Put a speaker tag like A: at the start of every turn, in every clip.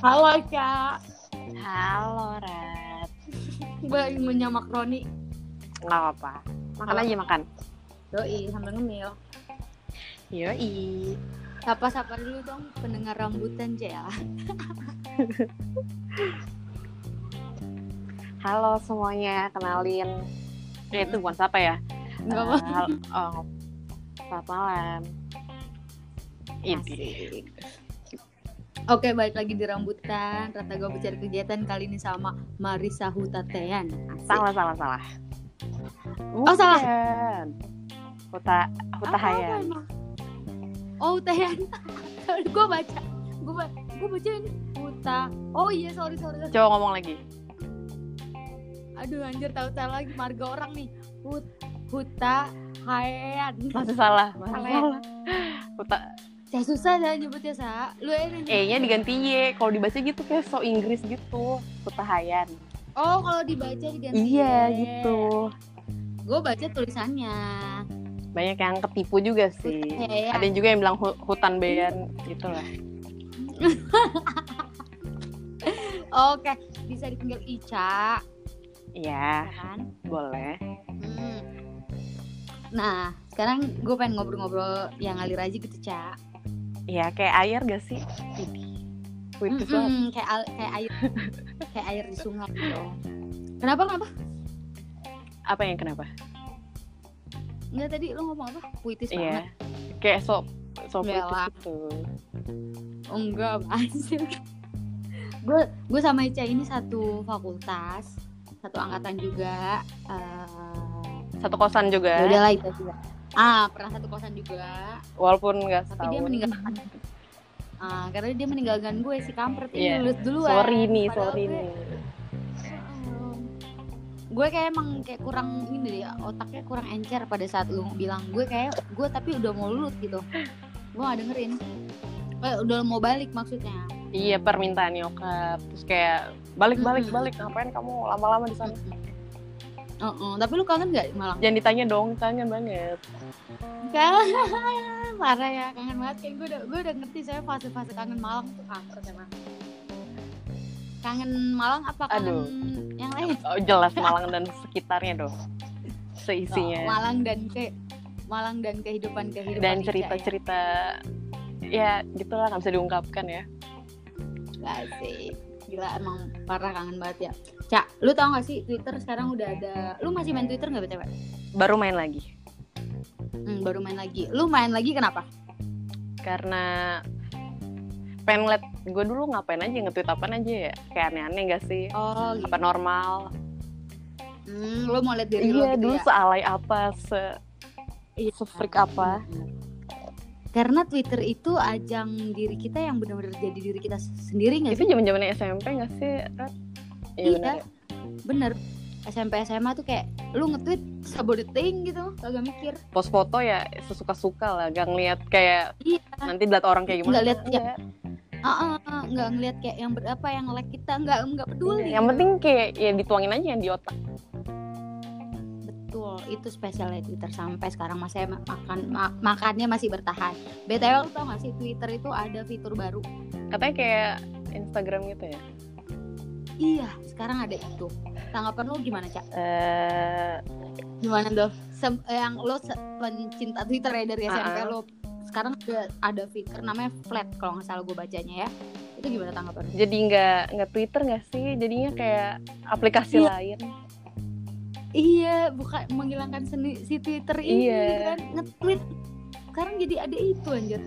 A: Halo Kak,
B: Halo, Rat.
A: gue imunnya makroni.
B: Nggak apa-apa. Makan
A: Halo.
B: aja makan.
A: Doi sambil ngemil.
B: Yoi.
A: Sapa-sapa dulu dong pendengar rambutan Ah, Jel.
B: Halo semuanya, kenalin. Eh, itu bukan siapa ya?
A: Nggak
B: Eh,
A: mau.
B: hal- oh, selamat malam. Iya.
A: Iya.
B: Ini.
A: Asik. Oke, balik lagi di rambutan. Rata gue bicara kegiatan kali ini sama Marisa Hutatean. Asik.
B: Salah, salah, salah.
A: Oh, salah.
B: Bukan. Huta, Huta
A: Apa-apa
B: Hayan.
A: emang? Oh, Hutayan. gue baca. Gue baca, gue baca ini Huta. Oh iya, sorry, sorry. sorry.
B: Coba ngomong lagi.
A: Aduh, anjir tahu-tahu lagi marga orang nih. Hut Huta Hayan.
B: Masih salah. Masih
A: Salah ya?
B: salah. Huta,
A: Saya susah dah nyebutnya, Sa. Lu aja yang
B: E-nya diganti Y. Kalau dibaca gitu kayak so Inggris gitu. Huta Hayan.
A: Oh, kalau dibaca diganti.
B: Iya, gitu.
A: Gue baca tulisannya.
B: banyak yang ketipu juga sih
A: Iya.
B: ada juga yang bilang hu- hutan bean gitu lah
A: Oke, bisa dipanggil Ica,
B: iya
A: ya kan?
B: boleh
A: Hmm. Nah, sekarang gue pengen ngobrol-ngobrol yang ngalir aja gitu, Ca.
B: iya kayak air gak sih Widih. Puitis banget.
A: Mm-mm, kayak al- kayak air kayak air di sungai gitu. Kenapa kenapa?
B: apa yang kenapa
A: Enggak tadi lu ngomong apa? Puitis
B: iya
A: banget.
B: kayak so so puitis
A: Bella.
B: gitu
A: Oh, enggak, masih. Gue gue sama Ica ini satu fakultas, satu angkatan juga. Eh,
B: satu kosan
A: ya
B: juga
A: udahlah itu juga ah pernah satu kosan juga
B: walaupun nggak
A: tapi dia
B: setahun
A: meninggalkan ah karena dia meninggalkan gue si kampret ini
B: Iya.
A: lulus duluan
B: sorry nih
A: Padahal
B: sorry
A: gue-
B: nih
A: Heeh. gue kayak emang kayak kurang ini deh otaknya kurang encer pada saat lu bilang gue kayak gue tapi udah mau lulus gitu gue gak dengerin Eh, udah mau balik maksudnya
B: iya permintaan nyokap terus kayak balik balik
A: Mm-mm.
B: balik ngapain kamu lama-lama di sana
A: Heeh, Eh, tapi lu kangen gak Malang?
B: jangan ditanya dong kangen banget
A: Kangen, Kan? parah ya, kangen banget. Kayak gue udah, gue udah ngerti saya fase-fase kangen Malang tuh kanker emang. Kangen Malang apa kangen
B: Aduh.
A: yang lain?
B: oh, jelas Malang dan sekitarnya dong seisinya
A: Oh, Malang dan ke Malang dan kehidupan kehidupan
B: dan cerita-cerita ya gitulah nggak bisa diungkapkan ya
A: Gak ya. sih, gila emang parah kangen banget ya. Cak, lu tau gak sih Twitter sekarang udah ada. Lu masih main Twitter nggak btw?
B: baru main lagi
A: Hmm, baru main lagi. Lu main lagi kenapa?
B: karena pengen liat gue dulu ngapain aja nge-tweet apaan aja ya kayak aneh-aneh gak sih
A: Oh, gitu.
B: apa normal
A: Hmm, lu mau lihat diri lu
B: iya
A: gitu
B: dulu
A: ya?
B: sealay apa se
A: Iya.
B: se-freak apa
A: Karena Twitter itu ajang diri kita yang benar-benar jadi diri kita sendiri nggak
B: itu
A: Iya sih?
B: zaman zamannya SMP gak sih Rat?
A: Iya.
B: bener ya.
A: Bener. SMP SMA tuh kayak lu nge-tweet sabodeting gitu, kagak mikir.
B: post foto ya sesuka-suka lah gak ngeliat kayak
A: Iya.
B: nanti diliat orang kayak gimana
A: Nggak ya, liat,
B: Nggak.
A: Ah, ah, ah, nggak ngelihat kayak yang berapa yang like kita nggak nggak peduli.
B: yang penting kayak ya dituangin aja yang di otak
A: betul itu spesialnya Twitter sampai sekarang masih ma- makan ma- makannya masih bertahan. BTW lu tau gak sih Twitter itu ada fitur baru.
B: katanya kayak Instagram gitu ya
A: Iya, sekarang ada itu. Tanggapan lu gimana, Cak?
B: eh
A: Gimana dong? Sem- eh, yang lu se- pencinta Twitter ya dari SMP
B: Ah, ah.
A: lu sekarang ada, ada fitur namanya flat kalau nggak salah gue bacanya ya. Itu gimana tanggapan lu?
B: jadi nggak nggak Twitter nggak sih jadinya kayak aplikasi
A: Iya.
B: lain
A: Iya, bukan menghilangkan seni, si Twitter ini
B: Iya.
A: gitu kan nge-tweet. Sekarang jadi ada itu anjir.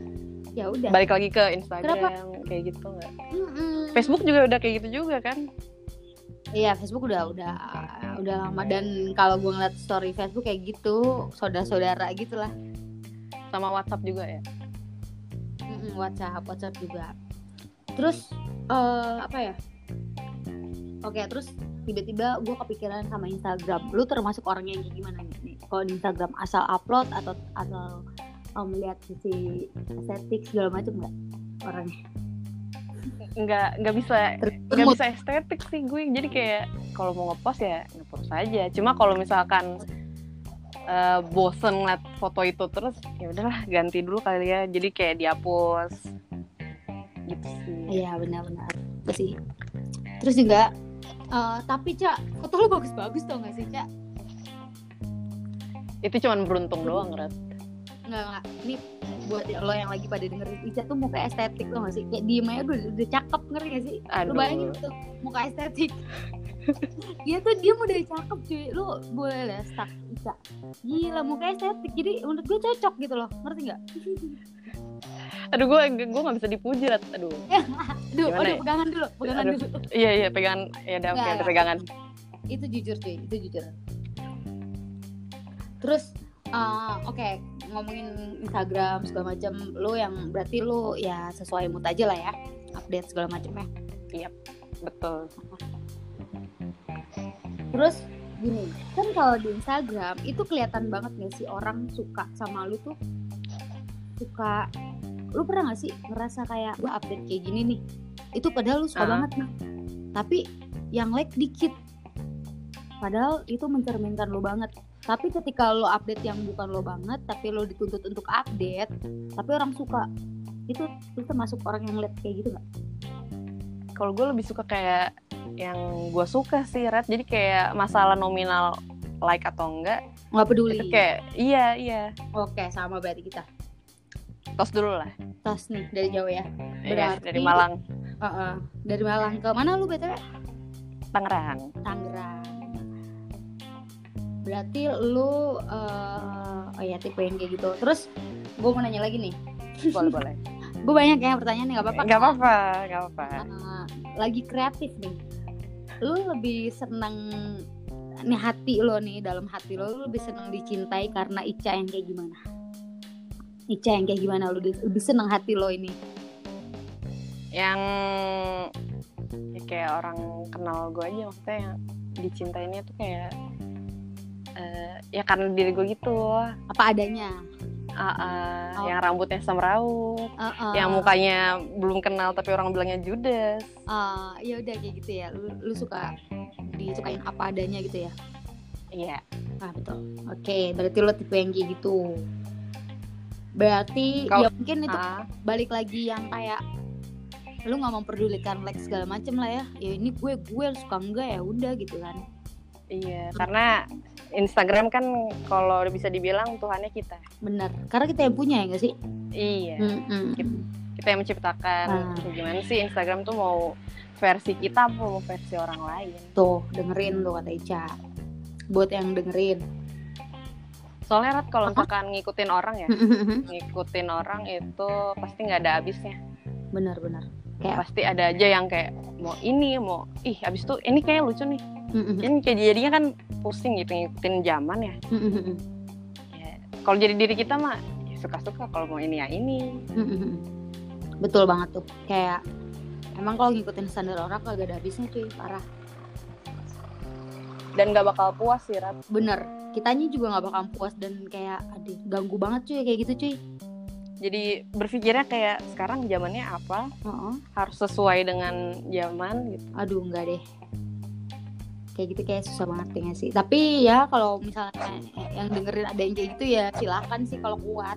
A: Ya udah.
B: balik lagi ke Instagram
A: Kenapa?
B: kayak gitu nggak
A: Mm-mm.
B: Facebook juga udah kayak gitu juga kan
A: Iya, Facebook udah udah udah lama dan kalau gue ngeliat story Facebook kayak gitu, saudara-saudara gitulah.
B: sama WhatsApp juga ya
A: Mm-mm, WhatsApp, WhatsApp juga. Terus eh, apa ya? Oke, terus tiba-tiba gue kepikiran sama Instagram. Lu termasuk orang yang kayak gimana nih? Kalau di Instagram asal upload atau atau eh, melihat sisi estetik segala macam nggak orangnya?
B: nggak nggak bisa nggak
A: Termut.
B: bisa estetik sih gue jadi kayak kalau mau ngepost ya ngepost aja cuma kalau misalkan eh, bosen ngeliat foto itu terus ya udahlah ganti dulu kali ya jadi kayak dihapus gitu sih
A: Iya benar-benar. gitu sih terus juga eh, tapi cak foto lo bagus-bagus tau gak sih cak
B: itu cuman beruntung doang Rat
A: nggak nggak ini buat lo yang lagi pada dengerin Ica tuh muka estetik tau gak sih kayak diem aja udah, udah cakep ngerti gak sih
B: aduh
A: lu bayangin tuh muka estetik dia tuh dia udah cakep cuy lu boleh lah stuck Ica gila muka estetik jadi menurut gue cocok gitu loh ngerti nggak
B: aduh gue gue nggak bisa dipuji Rat aduh
A: Duh,
B: Gimana
A: aduh
B: ya?
A: pegangan dulu, pegangan
B: Aduh.
A: dulu.
B: iya iya pegangan ya ada oke
A: Nggak,
B: ada
A: nggak.
B: pegangan
A: Itu jujur cuy, itu jujur. Terus eh, oke, ngomongin Instagram segala macam, lu yang berarti lu ya sesuai mood aja lah ya, update segala macam ya.
B: betul
A: Terus gini, kan kalau di Instagram itu kelihatan banget gak sih orang suka sama lu tuh suka lu pernah gak sih ngerasa kayak gua update kayak gini nih itu padahal lu suka
B: Ah.
A: banget nah tapi yang like dikit padahal itu mencerminkan lu banget tapi ketika lo update yang bukan lo banget tapi lo dituntut untuk update tapi orang suka itu lu termasuk orang yang lihat kayak gitu gak?
B: kalau gue lebih suka kayak yang gue suka sih Rat jadi kayak masalah nominal like atau enggak
A: nggak peduli
B: itu kayak iya iya
A: oke sama berarti kita
B: tos dulu lah
A: tas nih dari jauh ya
B: Iya,
A: Berarti-
B: dari Malang
A: Heeh.
B: Hmm.
A: dari Malang ke mana lu btw?
B: Tangerang
A: Tangerang. Berarti lu eh, oh ya tipe yang kayak gitu. Terus gue mau nanya lagi nih.
B: boleh boleh
A: Gue banyak ya pertanyaan nih nggak apa-apa.
B: nggak apa-apa nggak apa-apa
A: Eh, lagi kreatif nih. Lu lebih seneng nih hati lo nih dalam hati lo lu lebih seneng dicintai karena Ica yang kayak gimana? Ica yang kayak gimana lu lebih lebih seneng hati lo ini?
B: yang ya kayak orang kenal gue aja maksudnya yang dicintainnya tuh kayak eh, ya karena diri gue gitu
A: Apa adanya?
B: Ah, ah,
A: Oh.
B: yang rambutnya semrawut
A: Eh, eh,
B: yang mukanya belum kenal tapi orang bilangnya judes
A: eh, ya udah kayak gitu ya. Lu, lu suka disukain apa adanya gitu ya?
B: iya
A: Ah betul. Oke, berarti lo tipe yang kayak gitu. Berarti
B: Kalau-
A: ya mungkin itu
B: Ah,
A: balik lagi yang kayak lu nggak memperdulikan like segala macem lah ya. Ya ini gue gue suka enggak ya udah gitu kan.
B: iya karena Instagram kan kalau bisa dibilang Tuhannya kita
A: Bener. Karena kita yang punya ya nggak sih?
B: iya
A: Mm-mm.
B: Gitu. kita yang menciptakan
A: Hmm. Ah.
B: Kayak gimana sih Instagram tuh mau versi kita apa mau versi orang lain
A: Tuh dengerin tuh kata Ica. Buat yang dengerin.
B: soalnya Rat kalau
A: Apa?
B: misalkan
A: Hmm.
B: ngikutin orang ya ngikutin orang itu pasti nggak ada habisnya
A: bener bener. Ya.
B: pasti ada aja yang kayak mau ini mau ih abis itu ini kayaknya lucu nih ini kayak jadinya kan pusing gitu ngikutin zaman ya, ya. kalau jadi diri kita mah ya suka-suka kalau mau ini ya ini
A: Betul banget tuh. Kayak emang kalau ngikutin standar orang kagak ada habisnya cuy parah.
B: dan nggak bakal puas sih Rat
A: bener kitanya juga nggak bakal puas dan kayak aduh ganggu banget cuy kayak gitu cuy
B: jadi berpikirnya kayak sekarang zamannya apa
A: Heeh.
B: harus sesuai dengan zaman gitu
A: aduh nggak deh kayak gitu kayak susah banget ya nggak sih tapi ya kalau misalnya yang dengerin ada yang kayak gitu ya silakan sih kalau kuat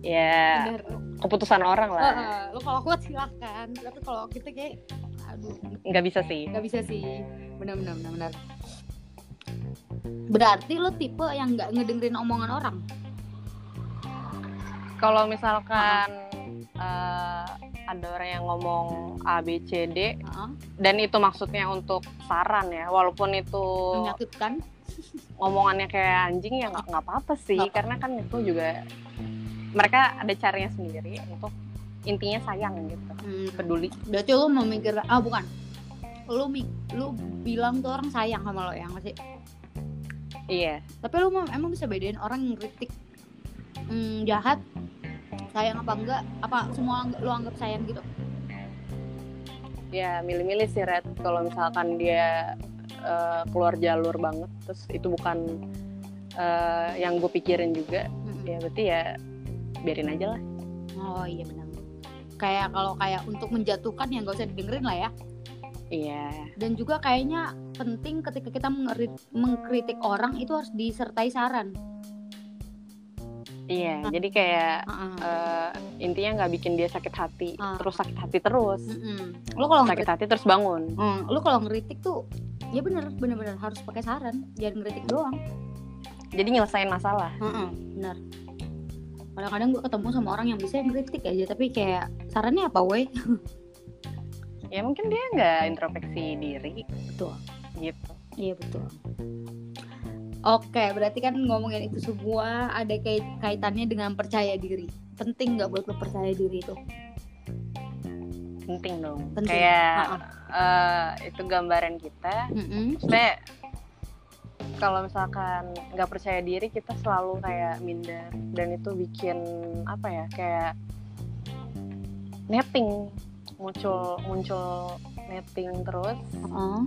B: ya
A: bener
B: keputusan orang lah
A: Heeh, lo kalau kuat silakan tapi kalau kita kayak aduh
B: nggak bisa sih
A: nggak bisa sih bener bener bener bener berarti lo tipe yang nggak ngedengerin omongan orang
B: kalau misalkan eh, ada orang yang ngomong A B C D
A: Heeh,
B: dan itu maksudnya untuk saran ya walaupun itu
A: Oh. menyakitkan
B: ngomongannya kayak anjing ya nggak nggak apa-apa sih
A: Nggak apa.
B: karena kan itu juga mereka ada caranya sendiri untuk intinya sayang gitu
A: Hmm,
B: peduli
A: berarti lu memikir ah bukan lu mi- lu bilang tuh orang sayang sama lo ya nggak sih
B: iya
A: tapi lu mem- emang bisa bedain orang yang kritik mm, jahat sayang apa enggak apa semua angg- lu anggap sayang gitu
B: ya milih-milih sih Red kalau misalkan dia eh, keluar jalur banget terus itu bukan eh, yang gue pikirin juga
A: Mm-mm.
B: ya berarti ya biarin aja lah
A: Hmm, oh iya benar kayak kalau kayak untuk menjatuhkan ya nggak usah didengerin lah ya
B: iya
A: dan juga kayaknya penting ketika kita mengeri- mengkritik orang itu harus disertai saran
B: Iya, jadi kayak
A: Heeh.
B: eh, intinya nggak bikin dia sakit hati,
A: Ah. Oh,
B: terus sakit hati terus,
A: Mm-mm. Hmm. Lu kalau
B: sakit hati terus bangun.
A: Hmm, lu kalau ngeritik tuh ya bener bener-bener harus pakai saran jangan ngeritik doang
B: Jadi nyelesain masalah.
A: Heeh, bener kadang-kadang gue ketemu sama orang yang bisa ngeritik aja tapi kayak sarannya apa weh
B: Ya mungkin dia nggak introspeksi diri
A: betul
B: gitu.
A: iya betul oke berarti kan ngomongin itu semua ada kait- kaitannya dengan percaya diri penting nggak buat lu percaya diri itu
B: Penting dong.
A: Penting.
B: Kayak
A: Heeh.
B: eh, itu gambaran kita.
A: Mm-mm.
B: Maksudnya kalau misalkan nggak percaya diri kita selalu kayak minder dan itu bikin apa ya kayak netting muncul muncul netting terus
A: Heeh.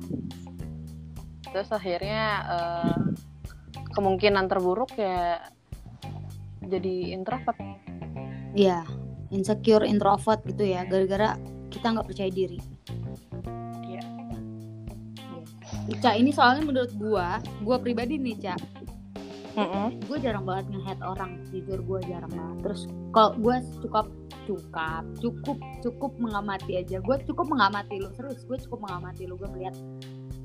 B: terus akhirnya eh, kemungkinan terburuk ya jadi introvert
A: Iya, insecure, introvert gitu ya, gara-gara kita nggak percaya diri.
B: Iya.
A: Iya. Ca, ini soalnya menurut gua, gua pribadi nih, Ca, gua jarang banget nge-head orang, jujur gua jarang banget. Terus kalau gua cukup cukup cukup cukup mengamati aja gua cukup mengamati lu serius gue cukup mengamati lu gue melihat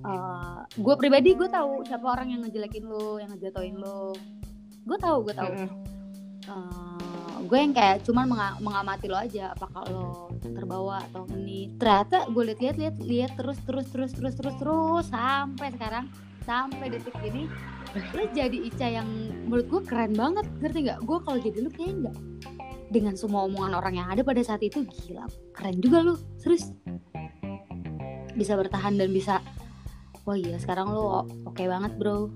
A: eh gue pribadi gue tahu siapa orang yang ngejelekin lu yang ngejatoin lu gue tahu gue tahu eh, gue yang kayak cuman menga- mengamati lo aja apakah lo terbawa atau ini ternyata gue lihat lihat lihat lihat terus terus terus terus terus terus sampai sekarang sampai detik ini lo jadi Ica yang menurut gue keren banget ngerti nggak gue kalau jadi lu kayak nggak dengan semua omongan orang yang ada pada saat itu gila keren juga lu serius bisa bertahan dan bisa wah iya sekarang lo oke banget bro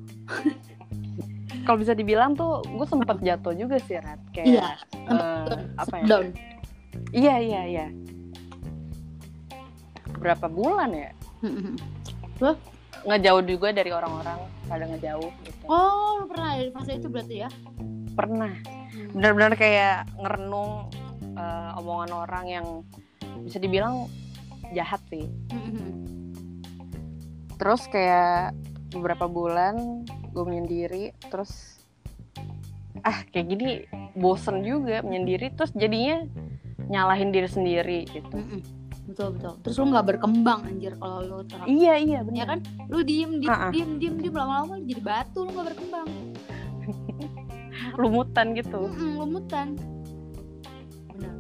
B: kalau bisa dibilang tuh gue sempet jatuh juga sih Rat kayak
A: Iya,
B: eh,
A: sempet
B: apa ya
A: down
B: iya iya iya berapa bulan ya ngejauh juga dari orang-orang pada ngejauh gitu
A: oh lo pernah ada di fase itu berarti ya
B: pernah
A: Hmm.
B: benar-benar kayak ngerenung eh, omongan orang yang bisa dibilang jahat sih terus kayak beberapa bulan gue menyendiri terus ah kayak gini bosen juga menyendiri terus jadinya nyalahin diri sendiri gitu
A: Mm-mm. betul betul terus lu nggak berkembang anjir kalau lu terang
B: iya iya
A: ya
B: bener
A: kan lu diem diem
B: Ha-ha.
A: diem diem diem lama-lama lu jadi batu lu nggak berkembang
B: lumutan gitu
A: Mm-mm, lemutan benar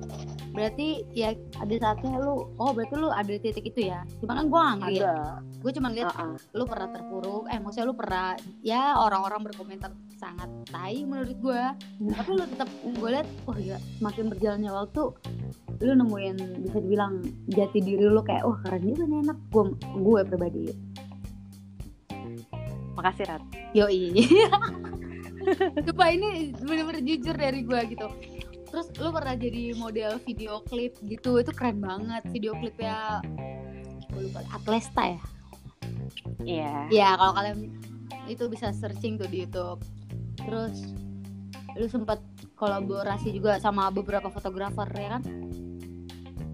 A: berarti ya ada saatnya lu oh berarti lu ada di titik itu ya cuma kan gua nggak ngeliat
B: ada
A: gua cuma lihat
B: Ah, ah.
A: lu pernah terpuruk eh maksudnya lu pernah ya orang-orang berkomentar sangat tai menurut gua tapi lu tetap gue liat wah gila makin berjalannya waktu lu nemuin bisa dibilang jati diri lu kayak wah keren juga nih enak gue gue pribadi
B: makasih Rat
A: yoi coba ini bener-bener jujur dari gue gitu terus lu pernah jadi model video klip gitu itu keren banget video klipnya gue lupa Atlesta ya
B: iya
A: Ya kalau kalian itu bisa searching tuh di YouTube. Terus lu sempet kolaborasi juga sama beberapa fotografer ya kan?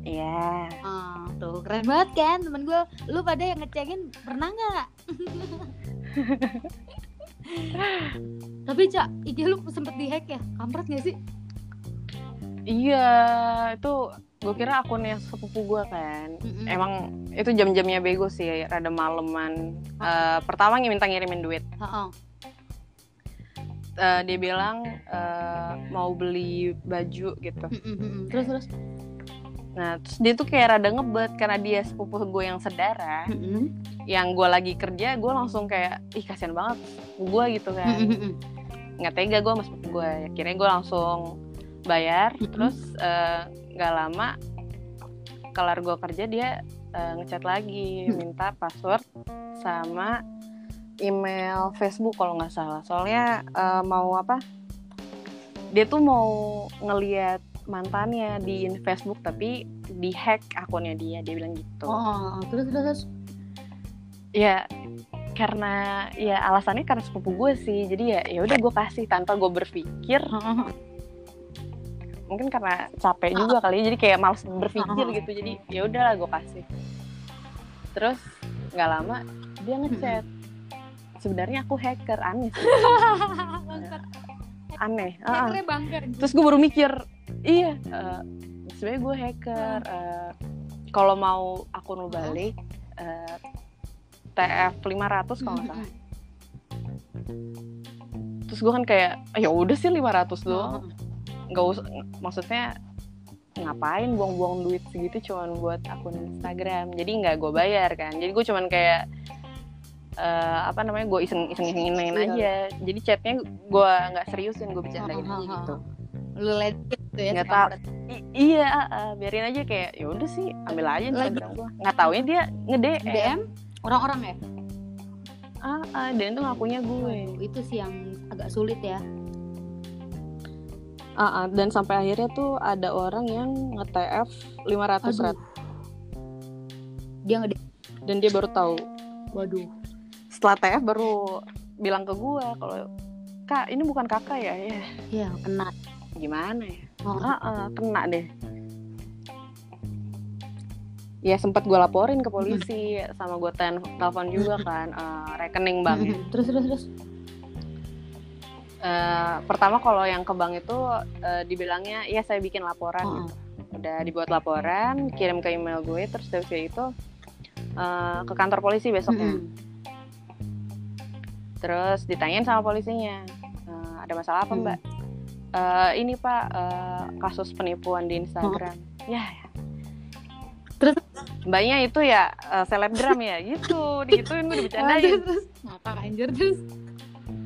B: iya
A: Ah, tuh keren banget kan temen gue. Lu pada yang ngecengin pernah nggak? Tapi cak IG lu sempet dihack ya? Kampret gak sih?
B: iya itu gue kira akunnya sepupu gue kan
A: Mm-mm.
B: emang itu jam-jamnya bego sih rada maleman Eh, pertama minta ngirimin duit
A: Ha-ha.
B: Eh, dia bilang eh, mau beli baju gitu
A: Mm-mm, mm-mm. Terus terus.
B: nah terus dia tuh kayak rada ngebet karena dia sepupu gue yang sedara
A: Mm-mm.
B: yang gue lagi kerja gue langsung kayak ih kasihan banget gue gitu
A: Mm-mm,
B: kan
A: mm-mm.
B: nggak tega gue sama sepupu gue akhirnya gue langsung bayar
A: Mhm.
B: terus eh, nggak lama kelar gue kerja dia eh, ngechat lagi
A: Hmm.
B: minta password sama email Facebook kalau nggak salah soalnya eh, mau apa dia tuh mau ngeliat mantannya di Facebook tapi di hack akunnya dia dia bilang gitu
A: Oh, terus terus terus.
B: ya karena ya alasannya karena sepupu gue sih jadi ya ya udah gue kasih tanpa gue berpikir
A: Ha-ha.
B: mungkin karena capek juga kali ya, jadi kayak males berpikir
A: Ah.
B: gitu jadi ya udahlah gue kasih terus nggak lama dia ngechat sebenarnya aku hacker aneh sih.
A: Bangsat.
B: aneh Ah, ah.
C: Hackernya bangker.
B: terus gue baru mikir iya eh, sebenarnya gue hacker Eh, kalau mau akun lu balik eh, TF 500 kalau nggak salah terus gue kan kayak "Ah, ya udah sih 500 doang nggak usah maksudnya ngapain buang-buang duit segitu cuman buat akun Instagram jadi nggak gue bayar kan jadi gue cuman kayak eh, apa namanya gue iseng iseng isengin
A: Iya.
B: aja jadi chatnya gue nggak seriusin gue bercandain aja gitu
C: Lu ledek gitu ya.
B: nggak tahu I- iya ah, ah, biarin aja kayak ya udah sih ambil aja Instagram gue nggak taunya dia ngede
A: DM orang-orang ya
B: ah, ah, dan itu ngakunya gue
A: Waduh, itu sih yang agak sulit ya
B: Ah, ah, dan sampai akhirnya tuh ada orang yang nge-TF 500
A: Aduh.
B: rat
A: dia nggak
B: dan dia baru tahu.
A: waduh
B: Setelah TF baru bilang ke gue kalau Kak, ini bukan kakak ya? Ya,
A: ya kena
B: gimana ya?
A: Oh.
B: Ah, ah, kena deh. Ya sempat gue laporin ke polisi sama gue telepon juga kan eh, rekening banknya.
A: Mm-mm. terus terus terus
B: Eh, pertama kalau yang ke bank itu eh, dibilangnya ya saya bikin laporan
A: Oh.
B: gitu. udah dibuat laporan kirim ke email gue terus dari itu eh, ke kantor polisi besoknya
A: Mm-mm.
B: terus ditanyain sama polisinya "Eh, ada masalah apa
A: Mm.
B: mbak "Eh, ini pak eh, kasus penipuan di Instagram ya ya.
A: Terus?
B: mbaknya itu ya eh, selebgram ya gitu digituin gue
C: Aduh,
B: dibicarain
C: terus ngapa anjir terus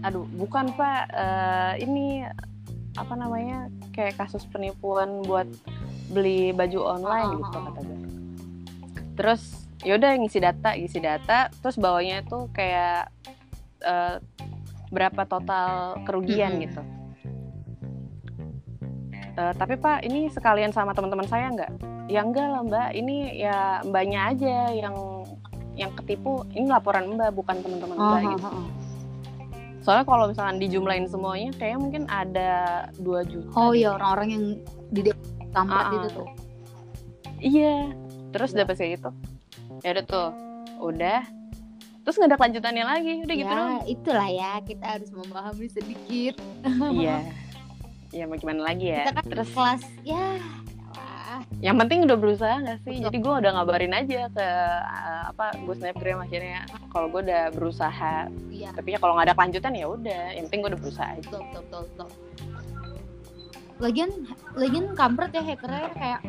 B: aduh bukan pak Eh, ini apa namanya kayak kasus penipuan buat beli baju online
A: Oh, oh,
B: gitu
A: oh.
B: kata gue terus yaudah ngisi data ngisi data terus bawahnya tuh kayak eh, berapa total kerugian
A: Mm-mm.
B: gitu Eh, tapi pak ini sekalian sama teman-teman saya nggak ya enggak lah mbak ini ya mbaknya aja yang yang ketipu ini laporan mbak bukan teman-teman
A: Oh,
B: mbak
A: oh,
B: gitu
A: oh, oh.
B: soalnya kalau misalkan dijumlahin semuanya kayaknya mungkin ada 2 juta
A: Oh iya orang-orang yang di de- kampret
B: Ah,
A: itu tuh.
B: iya terus
A: Iya.
B: dapat kayak gitu ya udah tuh udah terus nggak ada kelanjutannya lagi udah gitu
A: ya,
B: dong
A: itulah ya kita harus memahami sedikit.
B: iya ya mau gimana lagi ya
A: Kita kan
B: terus
A: kelas ya. elah.
B: yang penting udah berusaha nggak sih
A: Betul.
B: jadi gue udah ngabarin aja ke eh, apa gue snapgram akhirnya kalau gue udah berusaha
A: Iya.
B: tapi ya kalau nggak ada kelanjutan ya udah yang penting gue udah berusaha aja
A: Betul, betul, betul, betul. Lagian, lagian kampret ya hackernya kayak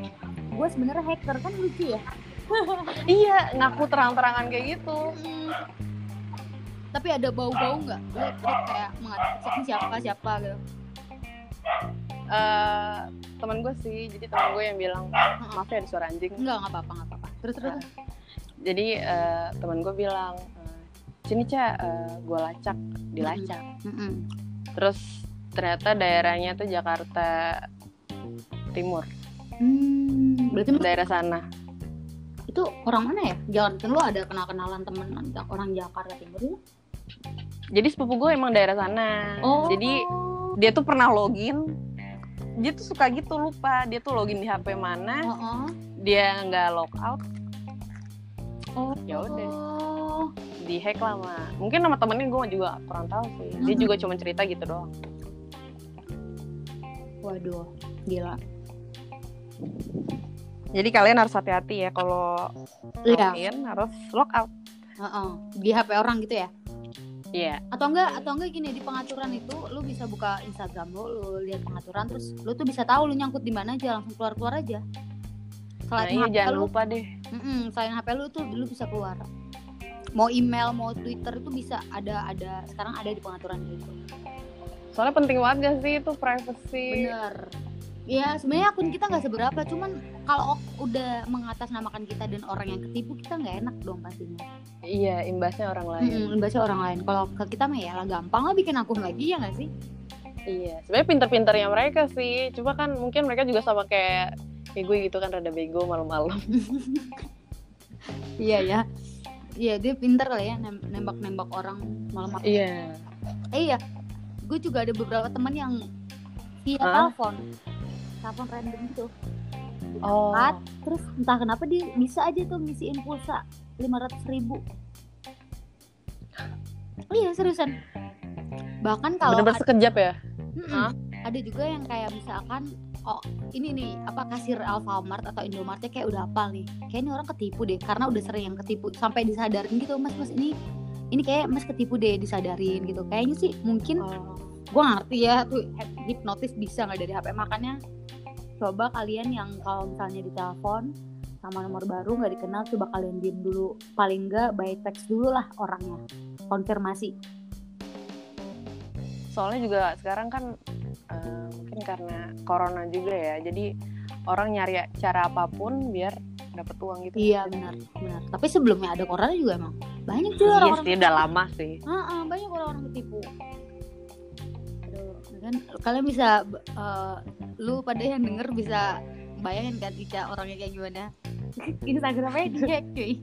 A: gue sebenarnya hacker kan lucu ya.
B: iya ngaku terang-terangan kayak gitu
A: Hmm. Tapi ada bau-bau nggak? Lu lu kayak mengatakan siapa siapa gitu.
B: Eh, temen gue sih jadi temen gue yang bilang maaf ya ada suara anjing
A: Enggak, nggak apa-apa, nggak apa-apa. Terus terus.
B: jadi eh, teman gue bilang eh, sini ca eh, gue lacak dilacak
A: Mm-mm. Mm-hmm.
B: terus ternyata daerahnya tuh Jakarta Timur
A: Hmm, berarti lu-
B: daerah sana
A: itu orang mana ya? Jangan kan lu ada kenal-kenalan temen orang Jakarta Timur ya?
B: jadi sepupu gue emang daerah sana
A: Oh.
B: jadi dia tuh pernah login dia tuh suka gitu lupa dia tuh login di HP mana
A: Oh, oh.
B: dia nggak logout
A: Oh.
B: Ya udah.
A: Oh.
B: di hack lama mungkin sama temennya gue juga kurang tahu sih dia
A: Mhm.
B: juga cuma cerita gitu doang
A: Waduh, gila.
B: jadi kalian harus hati-hati ya kalau
A: Iya.
B: login harus logout
A: Heeh. Di HP orang gitu ya.
B: iya
A: Atau enggak atau enggak gini di pengaturan itu lu bisa buka Instagram lu, lu lihat pengaturan terus lu tuh bisa tahu lu nyangkut di mana aja langsung keluar-keluar aja.
B: nah,
A: Selain
B: iya
A: HP
B: jangan
A: lu,
B: lupa deh
A: Mm-mm, selain HP lu tuh lu bisa keluar. Mau email, mau Twitter itu bisa ada ada sekarang ada di pengaturan gitu.
B: soalnya penting banget gak sih itu privacy
A: Bener. Ya sebenarnya akun kita nggak seberapa, cuman kalau ok- udah mengatasnamakan kita dan orang yang ketipu kita nggak enak dong pastinya.
B: iya imbasnya orang lain
A: Hmm, baca orang lain. Kalau ke kita mah ya lah, gampang lah bikin akun lagi ya nggak sih?
B: iya sebenarnya pinter-pinternya mereka sih cuma kan mungkin mereka juga sama kayak kayak gue gitu kan rada bego malam-malam
A: Iya ya. Iya dia pinter lah ya nem- nembak-nembak orang malam malam.
B: iya
A: Eh iya, gue juga ada beberapa teman yang via
B: Hah?
A: telepon, telepon random itu.
B: oh
A: At, terus entah kenapa dia bisa aja tuh ngisiin pulsa 500 ribu iya seriusan bahkan kalau
B: bener-bener sekejap ya
A: Mm-mm.
B: Hah?
A: Ada juga yang kayak misalkan oh ini nih apa kasir Alfamart atau Indomartnya kayak udah hafal nih. Kayaknya orang ketipu deh karena udah sering yang ketipu sampai disadarin gitu Mas Mas ini ini kayak Mas ketipu deh disadarin gitu. Kayaknya sih mungkin
B: Oh.
A: gua nggak ngerti ya tuh hip- hipnotis bisa nggak dari HP makanya coba kalian yang kalau misalnya ditelepon sama nomor baru nggak dikenal coba kalian diem dulu paling nggak by text dulu lah orangnya konfirmasi
B: soalnya juga sekarang kan eh, mungkin karena corona juga ya jadi orang nyari cara apapun biar dapat uang gitu
A: iya benar benar tapi sebelumnya ada corona juga emang banyak juga
B: Iya
A: orang-orang
B: sih udah lama sih
A: Ah, ah, banyak orang-orang ketipu Aduh, kan kalian bisa eh, lu pada yang denger bisa bayangin kan Ica orangnya kayak gimana Instagramnya dia cuy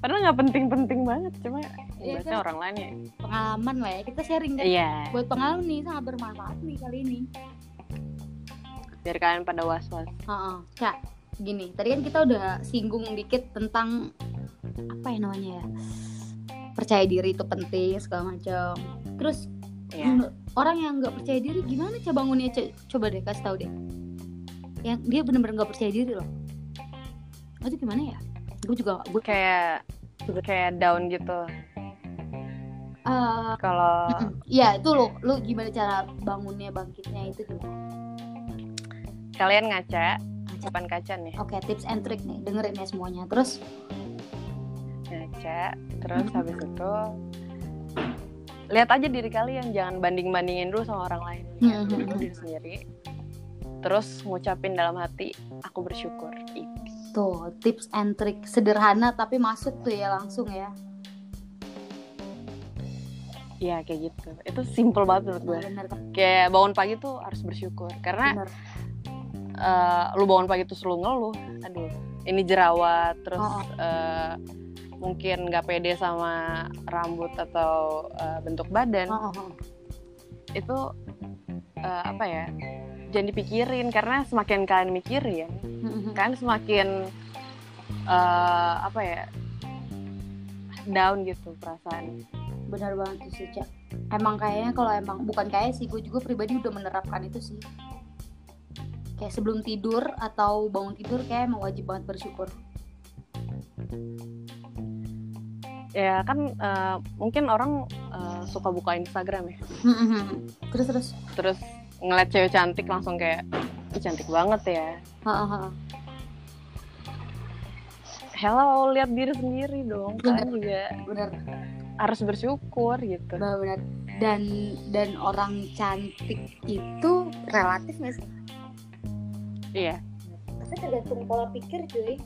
B: padahal nggak penting-penting banget cuma
A: Iya,
B: biasanya
A: kan?
B: orang lain ya
A: pengalaman lah ya kita sharing kan
B: iya
A: buat pengalaman nih sangat bermanfaat nih kali ini
B: biar kalian pada was-was
A: Heeh. Kak, gini tadi kan kita udah singgung dikit tentang apa ya namanya ya percaya diri itu penting segala macam terus
B: ya
A: menurut- orang yang nggak percaya diri gimana coba bangunnya Co- coba deh kasih tahu deh yang dia bener-bener nggak percaya diri loh itu gimana ya gue juga gue
B: kayak kayak down gitu
A: Eh,
B: kalau
A: ya itu lo lo gimana cara bangunnya bangkitnya itu gimana
B: kalian ngaca depan kaca nih
A: oke tips and trick nih dengerin ya semuanya terus
B: ngaca terus
A: Hmm.
B: habis itu lihat aja diri kalian jangan banding bandingin dulu sama orang lain lihat
A: Mhm.
B: dulu diri sendiri terus ngucapin dalam hati aku bersyukur Ih,
A: Tuh, tips and trick sederhana tapi masuk tuh ya langsung ya.
B: iya kayak gitu itu simple banget menurut gue
A: Bener, bener,
B: kayak bangun pagi tuh harus bersyukur karena
A: bener.
B: eh, lu bangun pagi terus lu ngeluh aduh ini jerawat terus
A: Hmm. Oh, oh.
B: eh, mungkin nggak pede sama rambut atau eh, bentuk badan
A: Oh, oh, oh.
B: itu eh, apa ya jangan dipikirin karena semakin kalian mikirin kan semakin eh, apa ya down gitu perasaan
A: Bener banget tuh sih, Cak. Emang kayaknya kalau emang bukan kayak sih, gue juga pribadi udah menerapkan itu sih. Kayak sebelum tidur atau bangun tidur kayak emang wajib banget bersyukur.
B: ya kan eh, mungkin orang eh, suka buka Instagram ya
A: terus terus.
B: terus ngeliat cewek cantik langsung kayak "Ih, cantik banget ya
A: Ha, ha, ha.
B: hello lihat diri sendiri dong kalian juga
A: Bener,
B: harus bersyukur gitu
A: bener, bener. Dan dan orang cantik itu relatif nggak sih?
B: iya
A: Tapi tergantung pola pikir cuy.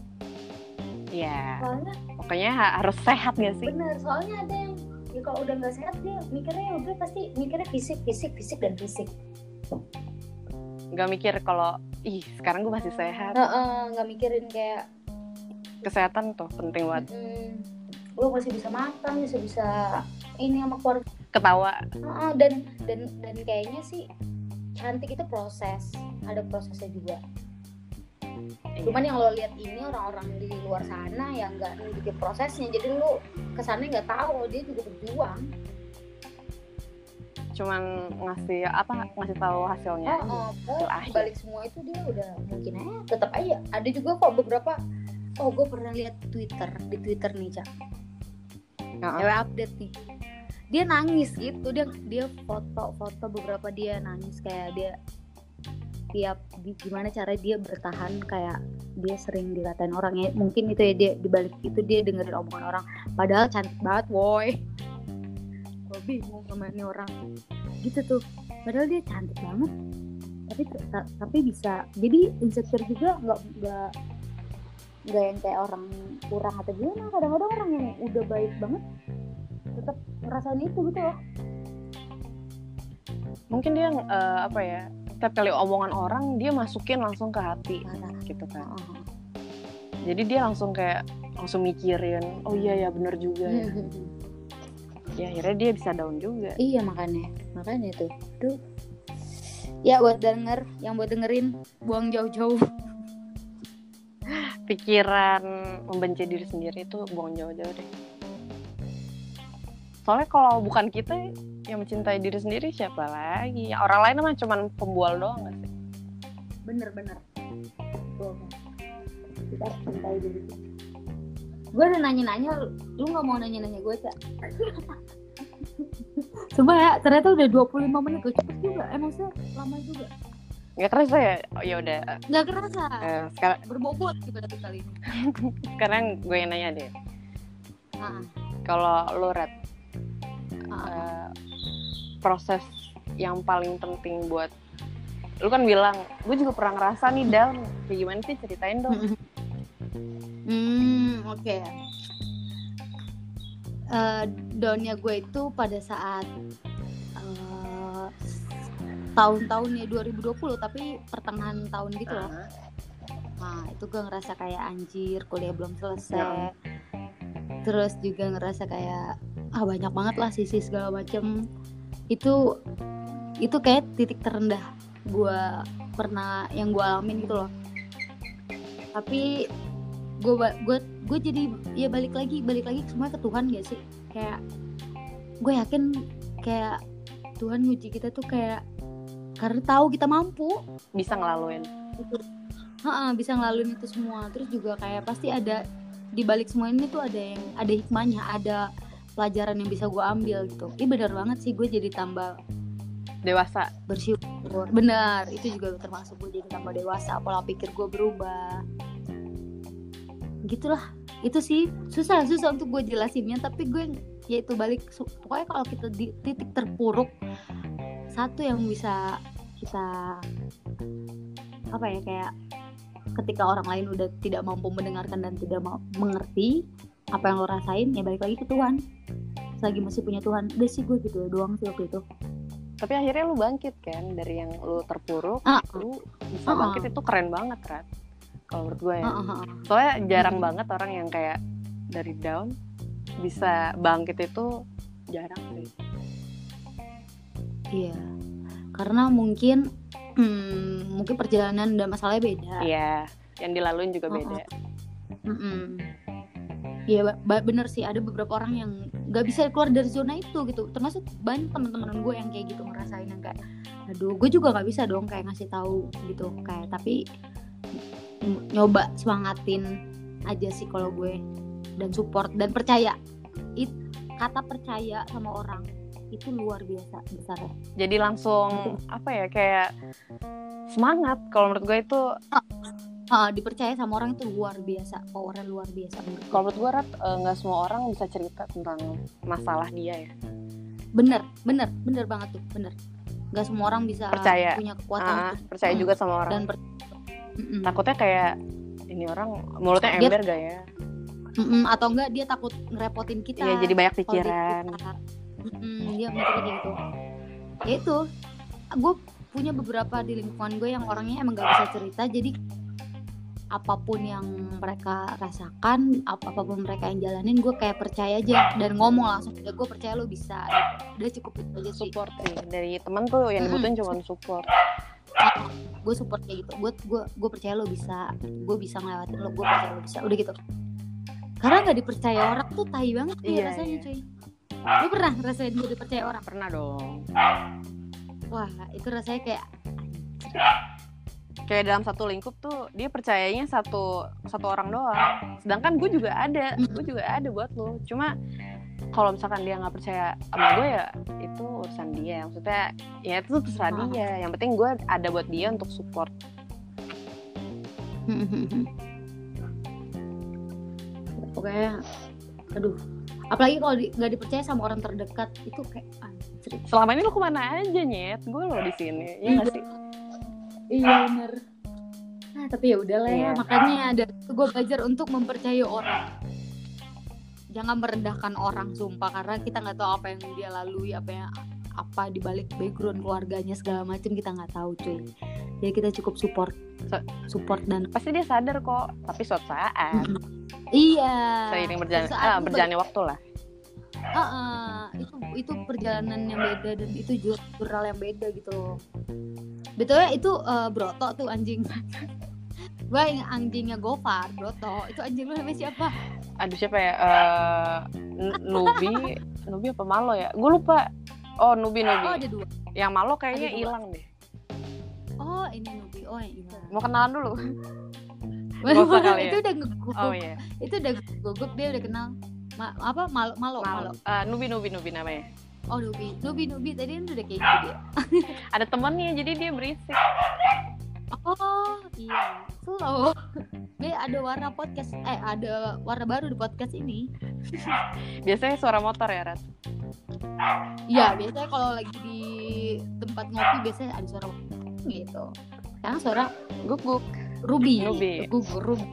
B: iya
A: Soalnya
B: pokoknya ha- harus sehat gak sih
A: Bener, soalnya ada yang ya kalau udah nggak sehat dia mikirnya ya udah pasti mikirnya fisik, fisik, fisik dan fisik.
B: nggak mikir kalau ih sekarang gue masih sehat
A: Iya. Nggak mikirin kayak
B: kesehatan tuh penting banget
A: hmm, lu masih bisa makan, masih bisa ini sama keluarga.
B: ketawa
A: Heeh, dan dan dan kayaknya sih cantik itu proses, ada prosesnya juga.
B: Iya.
A: Cuman yang lo lihat ini orang-orang di luar sana yang nggak memiliki prosesnya, jadi lu kesannya nggak tahu dia juga berjuang.
B: cuman ngasih apa ngasih tahu hasilnya Iya. aja.
A: Oh, oh,
B: Hasil akhir.
A: balik semua itu dia udah mungkin aja tetap aja ada juga kok beberapa oh gue pernah lihat Twitter di Twitter nih cak
B: Heeh.
A: cewek update nih dia nangis gitu dia dia foto-foto beberapa dia nangis kayak dia tiap di- gimana cara dia bertahan kayak dia sering dikatain orang ya mungkin itu ya dia dibalik itu dia dengerin omongan orang padahal cantik banget woi gue bingung sama ini orang gitu tuh padahal dia cantik banget tapi ter- ta- tapi bisa jadi insecure juga nggak nggak nggak yang kayak orang kurang atau gimana kadang-kadang orang yang udah baik banget tetap ngerasain itu gitu loh
B: mungkin dia eh, apa ya setiap kali omongan orang dia masukin langsung ke hati
A: parah
B: gitu kan jadi dia langsung kayak langsung mikirin oh iya ya bener juga ya ya akhirnya dia bisa down juga
A: iya makanya makanya itu Aduh. ya buat denger yang buat dengerin buang jauh-jauh
B: pikiran membenci diri sendiri itu buang jauh-jauh deh soalnya kalau bukan kita yang mencintai diri sendiri siapa lagi Yang orang lain mah cuman pembual doang nggak sih
A: bener bener Betul. kita harus cintai diri gue udah nanya-nanya lu- lu nggak mau nanya-nanya gue cak Coba ya, ternyata udah 25 menit loh, cepet juga, emang sih lama juga
B: nggak kerasa ya oh, ya udah
A: Gak kerasa,
B: Eh, sekarang
A: berbobot kita tuh kali ini
B: sekarang gue yang nanya deh
A: Ah,
B: kalau lo red
A: ah, ah.
B: eh, proses yang paling penting buat lu kan bilang gue juga pernah ngerasa nih down kayak gimana sih ceritain dong
A: Hmm, oke Eh, Downnya gue itu pada saat eh, tahun-tahunnya 2020, tapi pertengahan tahun gitu loh Nah, itu gue ngerasa kayak anjir, kuliah belum selesai. Terus juga ngerasa kayak ah banyak banget lah sisi segala macem. Itu itu kayak titik terendah gue pernah yang gue alamin gitu loh. Tapi gue gue gue jadi ya balik lagi balik lagi semua ke Tuhan gak sih? Kayak gue yakin kayak Tuhan nguji kita tuh kayak karena tahu kita mampu.
B: bisa ngelaluin
A: Ha-ha, bisa ngelaluin itu semua terus juga kayak pasti ada di balik semua ini tuh ada yang ada hikmahnya ada pelajaran yang bisa gue ambil gitu ini bener banget sih gue jadi tambah
B: dewasa
A: bersyukur benar itu juga termasuk gue jadi tambah dewasa pola pikir gue berubah gitulah itu sih susah susah untuk gue jelasinnya tapi gue ya itu balik su- pokoknya kalau kita di titik terpuruk satu yang bisa kita apa ya kayak ketika orang lain udah tidak mampu mendengarkan dan tidak mau mengerti apa yang lo rasain ya balik lagi ke Tuhan selagi masih punya Tuhan udah sih gue gitu doang sih waktu itu
B: tapi akhirnya lu bangkit kan dari yang lu terpuruk
A: Ah.
B: lu bisa
A: Ah.
B: bangkit itu keren banget Rat kalau menurut gue ya
A: Ah, ah, ah.
B: soalnya jarang
A: Mm.
B: banget orang yang kayak dari down bisa bangkit itu jarang sih
A: Iya, karena mungkin hmm, mungkin perjalanan dan masalahnya beda.
B: iya yang dilaluin juga
A: Ah,
B: beda
A: Mm-mm. Iya, ba- ba- bener sih ada beberapa orang yang nggak bisa keluar dari zona itu gitu. Termasuk banyak teman-teman gue yang kayak gitu ngerasain yang kayak, aduh, gue juga nggak bisa dong kayak ngasih tahu gitu kayak tapi mm, nyoba semangatin aja sih kalau gue dan support dan percaya. It, kata percaya sama orang itu luar biasa besar.
B: jadi langsung apa ya kayak semangat kalau menurut gue itu
A: Ah, dipercaya sama
B: Hmm.
A: orang itu luar biasa powernya luar biasa menurut gue.
B: kalau menurut gue Rat, eh, nggak semua orang bisa cerita tentang masalah dia ya
A: bener bener bener banget tuh bener nggak semua orang bisa
B: Percaya.
A: punya kekuatan
B: Ah,
A: itu.
B: percaya
A: Mm,
B: juga sama orang
A: dan per- Mm-mm.
B: takutnya kayak ini orang mulutnya
A: Dia-
B: ember gak ya
A: Mm-mm, atau enggak dia takut ngerepotin kita
B: Iya jadi banyak
A: kalau dia
B: pikiran
A: kita. Mm-mm, dia mikirnya kayak gitu ya itu gue punya beberapa di lingkungan gue yang orangnya emang gak bisa cerita jadi apapun yang mereka rasakan ap- apapun mereka yang jalanin gue kayak percaya aja dan ngomong langsung ya gue percaya lo bisa udah cukup itu aja sih
B: support Iya sih dari temen tuh yang
A: Mm-mm.
B: dibutuhin cuma support
A: gue support kayak gitu gue gue gue percaya lo bisa gue bisa ngelewatin lo gue percaya lo bisa udah gitu karena nggak dipercaya orang tuh tai banget tuh ya
B: Iya,
A: rasanya
B: iya.
A: cuy lu pernah ngerasain gue dipercaya orang
B: pernah dong
A: wah itu rasanya kayak
B: kayak dalam satu lingkup tuh dia percayanya satu satu orang doang sedangkan gue juga ada
A: Mm.
B: gue juga ada buat lo cuma kalau misalkan dia nggak percaya sama gue ya itu urusan dia maksudnya ya itu terserah
A: Ah.
B: dia yang penting gue ada buat dia untuk support
A: pokoknya aduh apalagi kalau di- nggak dipercaya sama orang terdekat itu kayak anjir
B: selama ini lo kemana aja nyet gue lo di sini ya nggak sih
A: iya bener nah tapi ya udahlah
B: Iya.
A: ya makanya ada gue belajar untuk mempercayai orang jangan merendahkan orang sumpah karena kita nggak tahu apa yang dia lalui apa yang apa dibalik background keluarganya segala macam kita nggak tahu cuy jadi kita cukup support
B: So-
A: support dan
B: pasti dia sadar kok tapi suatu saat
A: iya
B: seiring berjalan
A: Suatu saat
B: ah,
A: lu
B: berjalannya waktu lah
A: Ah, ah, itu itu perjalanan yang beda dan itu jur- jurnal yang beda gitu loh. Betulnya itu eh, Broto tuh anjing. Gue yang anjingnya Gofar, Broto. Itu anjing lu namanya siapa?
B: aduh siapa ya Eh, N- Nubi Nubi apa Malo ya gue lupa Oh Nubi Nubi.
A: Oh ada dua.
B: Yang Malo kayaknya
A: Ada dua.
B: hilang deh.
A: Oh ini Nubi. Oh yang hilang.
B: Mau kenalan dulu?
A: Waduh,
B: usah kali ya?
A: itu udah gugup.
B: Oh iya.
A: Itu udah gugup dia udah kenal. Ma- apa malo malo,
B: Malo.
A: malo.
B: Eh, Nubi Nubi Nubi namanya.
A: Oh Nubi. Nubi Nubi tadi kan udah kayak gitu dia.
B: Ada temennya jadi dia berisik.
A: Oh iya. Slow. Be ada warna podcast eh ada warna baru di podcast ini.
B: Biasanya suara motor ya Rat.
A: Iya, biasanya kalau lagi di tempat ngopi biasanya ada suara gitu. Sekarang suara
B: Guguk.
A: Ruby,
B: Ruby.
A: gugur Ruby.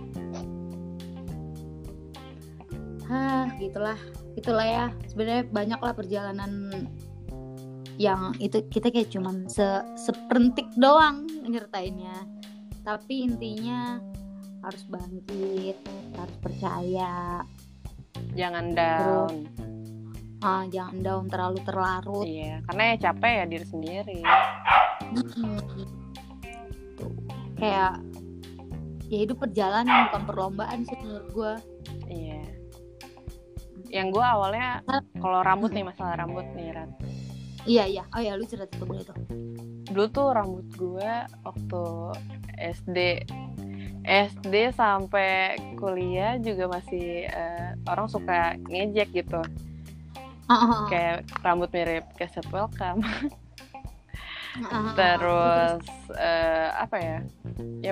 A: Hah, gitulah, gitulah ya. Sebenarnya banyaklah perjalanan yang itu kita kayak cuman se seperentik doang nyertainnya. Tapi intinya harus bangkit, harus percaya,
B: Jangan down.
A: ah, jangan down terlalu terlarut.
B: Iya. Karena ya capek ya diri sendiri.
A: Hmm. Tuh. Kayak ya hidup perjalanan bukan perlombaan sih menurut gue.
B: Iya. Yang gue awalnya kalau rambut nih masalah rambut nih Rat.
A: Iya iya. Oh ya lu cerita tuh boleh tuh.
B: dulu tuh rambut gue waktu SD SD sampai kuliah juga masih eh, orang suka ngejek gitu
A: Ah, ah,
B: kayak rambut mirip keset welcome
A: ah, ah, ah.
B: terus eh, apa ya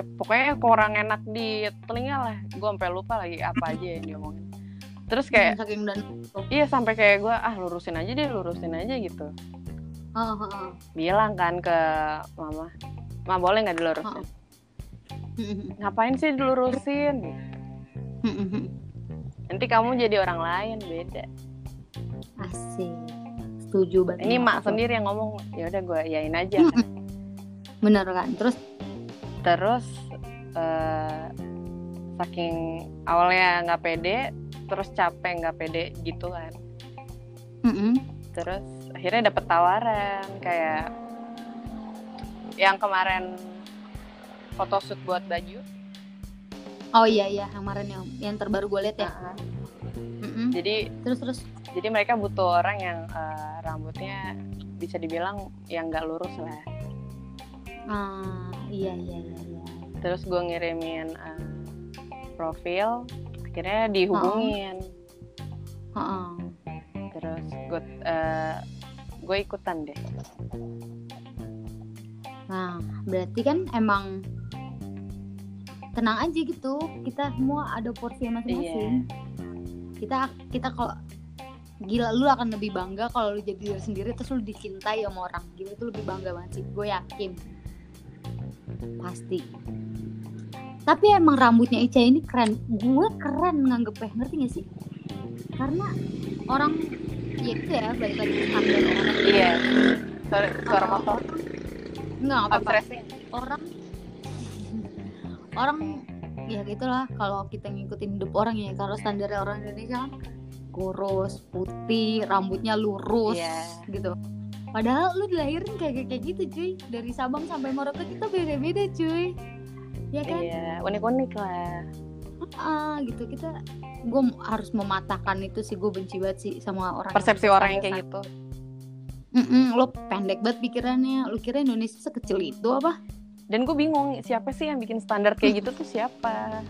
B: ya pokoknya kurang enak di telinga lah gue sampai lupa lagi apa aja yang diomongin terus kayak
A: Hmm, saking dan
B: iya sampai kayak gue ah lurusin aja deh lurusin aja gitu
A: Ah, ah, ah.
B: bilang kan ke mama ma boleh nggak dilurusin
A: Hmm,
B: ngapain sih dilurusin
A: hmm, hmm, hmm.
B: Nanti kamu jadi orang lain beda.
A: Asik. Setuju banget.
B: Ini mak sendiri yang ngomong. Ya udah gue yain aja.
A: Hmm, hmm. Bener kan. Terus
B: Terus eh, saking awalnya nggak pede, terus capek nggak pede gitu kan.
A: hmm, hmm.
B: Terus akhirnya dapet tawaran kayak yang kemarin photoshoot buat baju.
A: Oh iya iya yang kemarin yang yang terbaru gue liat ya.
B: Heeh.
A: Hmm, hmm.
B: Nah, Jadi
A: Terus terus.
B: jadi mereka butuh orang yang eh, rambutnya bisa dibilang yang nggak lurus lah.
A: Ah iya iya iya. iya.
B: terus gue ngirimin eh, profil akhirnya dihubungin
A: Ah, ah.
B: terus gue gue ikutan deh
A: Nah, berarti kan emang tenang aja gitu. Kita semua ada porsi masing-masing. Kita kita kalau gila lu akan lebih bangga kalau lu jadi diri sendiri terus lu dicintai sama orang. Gila itu lebih bangga banget sih. Gue yakin. Pasti. Tapi emang rambutnya Ica ini keren. Gue keren nganggepnya, ngerti gak sih? Karena orang ya gitu ya balik lagi ke standar orang.
B: iya suara, suara motor
A: Enggak apa-apa
B: Outsourcing.
A: orang orang ya gitulah kalau kita ngikutin hidup orang ya kalau standar orang Indonesia kan kurus putih rambutnya lurus
B: Iya.
A: gitu padahal lu dilahirin kayak kayak gitu cuy dari Sabang sampai Merauke kita beda beda cuy ya kan
B: iya unik unik lah
A: Ah, gitu kita gue harus mematahkan itu sih gue benci banget sih sama orang
B: persepsi orang yang kayak gitu
A: Mm-mm, lo pendek banget pikirannya lu kira Indonesia sekecil itu apa
B: dan gue bingung siapa sih yang bikin standar kayak gitu tuh siapa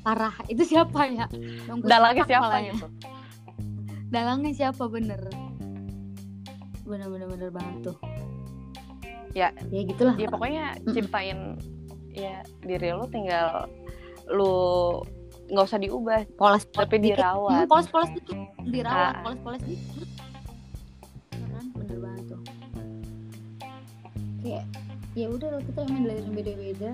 A: parah itu siapa ya Yang gue
B: dalangnya
A: sepak
B: siapa
A: palanya.
B: gitu
A: dalangnya siapa bener bener bener bener banget tuh
B: Ya.
A: ya gitulah
B: ya pokoknya ciptain ya diri lu tinggal lu nggak usah diubah
A: polos
B: tapi dirawat
A: polos polos dikit dirawat
B: Ah.
A: polos polos dikit Ya kan bener banget tuh kayak ya udah lah, kita emang dari beda beda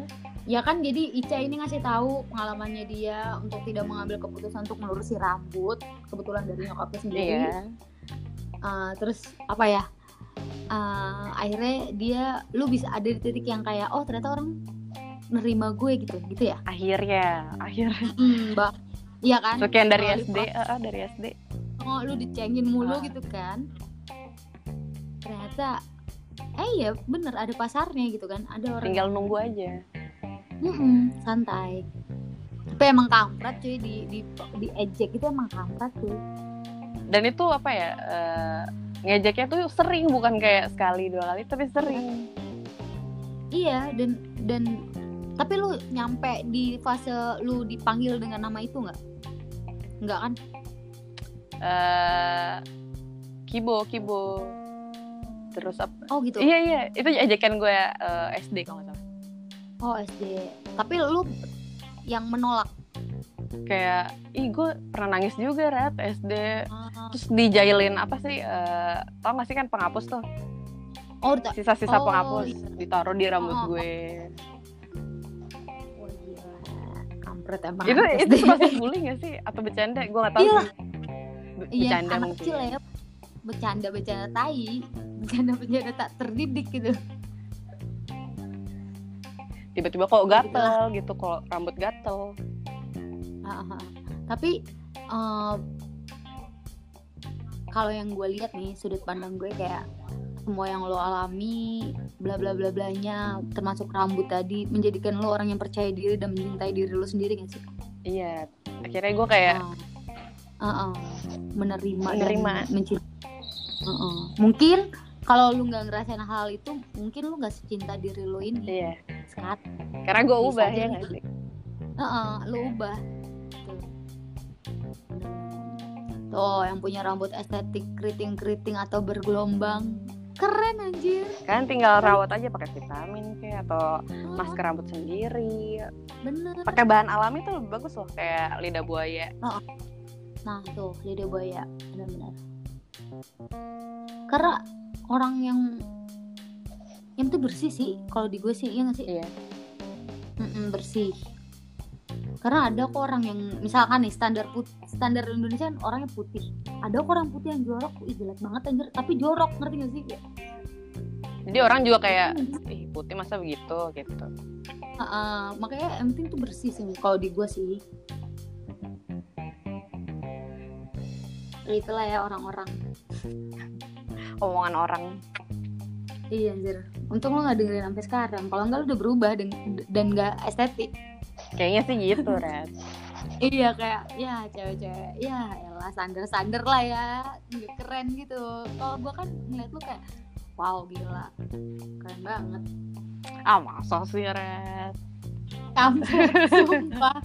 A: ya kan jadi Ica ini ngasih tahu pengalamannya dia untuk tidak mengambil keputusan untuk melurusi rambut kebetulan dari nyokapnya sendiri
B: iya
A: Uh, terus apa ya uh, akhirnya dia lu bisa ada di titik yang kayak oh ternyata orang nerima gue gitu gitu ya
B: akhirnya akhirnya
A: mbak iya kan
B: sekian dari
A: Melalui
B: SD eh, eh, dari SD
A: oh, lu dicengin mulu
B: Ah.
A: gitu kan ternyata eh ya bener ada pasarnya gitu kan ada orang
B: tinggal nunggu aja
A: Mm-mm, santai tapi emang kampret cuy di di di ejek itu emang kampret tuh
B: dan itu apa ya eh, ngejaknya tuh sering bukan kayak sekali dua kali tapi
A: Hmm.
B: sering
A: Iya dan dan tapi lu nyampe di fase lu dipanggil dengan nama itu nggak? Nggak kan?
B: eh kibo kibo terus apa
A: Oh gitu.
B: iya iya itu ajakan gue eh, SD kalau nggak salah
A: Oh SD. Tapi lu yang menolak.
B: kayak ih gue pernah nangis juga rat SD
A: Oh,
B: terus dijailin apa sih eh, tau gak sih kan penghapus tuh
A: Oh, tak.
B: sisa-sisa
A: Oh,
B: penghapus
A: iya.
B: ditaruh di rambut
A: Oh, oh,
B: gue
A: Oh, gila. Kampret emang.
B: itu
A: anak
B: itu
A: SD.
B: masuk bully gak sih atau bercanda gue gak tahu
A: Iya.
B: sih. Be-
A: Iya,
B: bercanda
A: anak
B: mungkin
A: kecil ya. Bercanda-bercanda tai, bercanda-bercanda tak terdidik gitu.
B: tiba-tiba kok gatel
A: Iya.
B: gitu kalau rambut gatel
A: Ah, ah, ah. Tapi eh, kalau yang gue lihat nih sudut pandang gue kayak semua yang lo alami bla bla bla blanya termasuk rambut tadi menjadikan lo orang yang percaya diri dan mencintai diri lo sendiri gak sih?
B: iya akhirnya gue kayak
A: Ah, ah, ah. menerima dan
B: Iya. Menerima.
A: mencintai. Ah, ah. Mungkin kalau lu nggak ngerasain hal itu, mungkin lu nggak secinta diri lo ini
B: iya
A: sekarang.
B: karena gue
A: Bisa
B: ubah
A: jadi.
B: ya gak sih
A: Heeh, lu ubah. Tuh. Tuh, yang punya rambut estetik keriting-keriting atau bergelombang. Keren anjir.
B: kan tinggal rawat aja pakai vitamin kayak atau masker rambut sendiri
A: Bener.
B: pakai bahan alami tuh lebih bagus loh kayak lidah buaya
A: Nah, tuh, lidah buaya. Benar-benar. Karena orang yang yang tuh bersih sih kalau di gue sih iya gak sih
B: Iya.
A: Mm-mm, bersih karena ada kok orang yang misalkan nih standar put standar Indonesia kan orangnya putih ada kok orang putih yang jorok ih jelek banget anjir tapi jorok ngerti gak sih
B: jadi orang juga kayak ih putih masa begitu gitu
A: Heeh, makanya yang penting tuh bersih sih kalau di gue sih itulah ya orang-orang
B: omongan orang
A: iya anjir untung lo gak dengerin sampai sekarang kalau enggak lo udah berubah dan, dan gak estetik
B: kayaknya sih gitu Red
A: iya kayak ya cewek-cewek ya elah sander-sander lah ya nggak keren gitu kalau gue kan ngeliat lo kayak wow gila keren banget
B: ah masa sih Red
A: kampung sumpah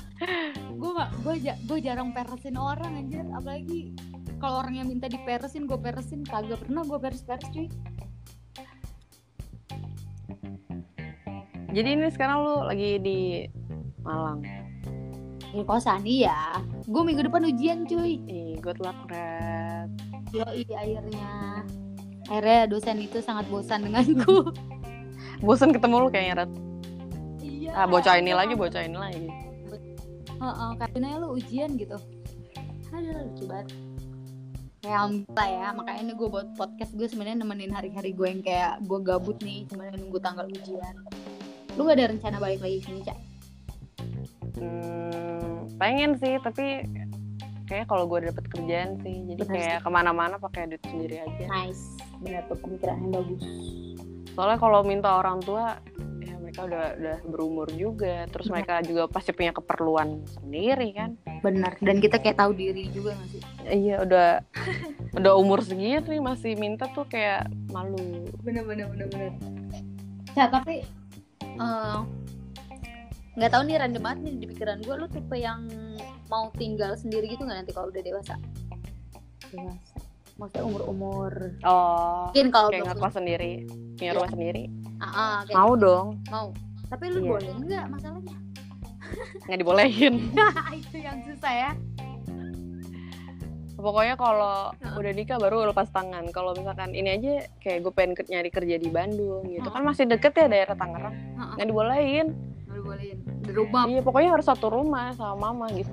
A: gue gue gue jarang peresin orang anjir apalagi kalau orang yang minta diperesin gue peresin kagak pernah gue peres peres cuy
B: jadi ini sekarang lu lagi di Malang
A: di kosan iya gue minggu depan ujian cuy
B: ih good luck Red
A: yo akhirnya akhirnya dosen itu sangat bosan denganku
B: bosen ketemu lu kayaknya Red
A: iya
B: ah bocah ini lagi bocah ini lagi
A: Heeh, katanya lu ujian gitu aduh lucu banget ya ampun ya makanya ini gue buat podcast gue sebenarnya nemenin hari-hari gue yang kayak gue gabut nih sebenarnya nunggu tanggal ujian lu gak ada rencana balik lagi ke sini cak
B: hmm, pengen sih tapi kayak kalau gue dapet kerjaan sih jadi
A: Benar sih.
B: kayak kemana-mana pakai duit sendiri aja
A: nice benar tuh pemikiran yang bagus
B: soalnya kalau minta orang tua ya mereka udah udah berumur juga terus mereka juga pasti punya keperluan sendiri kan
A: benar dan kita kayak tahu diri juga gak sih
B: iya udah udah umur segini nih masih minta tuh kayak malu
A: bener bener bener bener cak Nah, tapi eh, nggak tahu nih random banget nih di pikiran gue lu tipe yang mau tinggal sendiri gitu nggak nanti kalau udah dewasa dewasa maksudnya umur umur
B: oh Iya.
A: mungkin kalau
B: kayak
A: belum
B: ngekos sendiri punya rumah sendiri
A: ah, ah, kayak
B: mau dong
A: mau tapi lu
B: Iya.
A: boleh nggak masalahnya
B: nggak dibolehin
A: itu yang susah ya
B: pokoknya kalau udah nikah baru lepas tangan kalau misalkan ini aja kayak gue pengen ke- nyari kerja di Bandung gitu kan masih deket ya daerah Tangerang
A: Heeh.
B: nggak dibolehin
A: nggak bolehin dirubah
B: iya pokoknya harus satu rumah sama mama gitu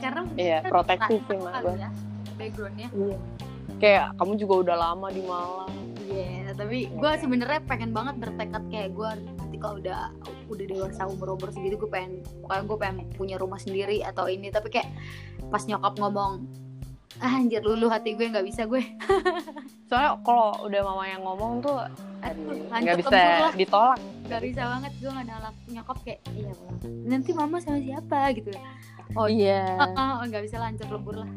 A: karena
B: iya protektif sih mak gue
A: ya backgroundnya
B: Iya. Kayak kamu juga udah lama di Malang.
A: Iya, tapi gue sebenarnya pengen banget bertekad kayak gue nanti kalau udah udah dewasa umur umur segitu gue pengen kayak gue pengen punya rumah sendiri atau ini tapi kayak pas nyokap ngomong ah, anjir lulu hati gue nggak bisa gue
B: Soalnya kalau udah mama yang ngomong tuh aduh,
A: Hancur
B: nggak bisa
A: kempul lah.
B: ditolak.
A: nggak bisa banget gue nggak nolak nyokap kayak iya Bang. nanti mama sama siapa gitu
B: Oh iya.
A: Ah, ah, nggak bisa lancar lebur lah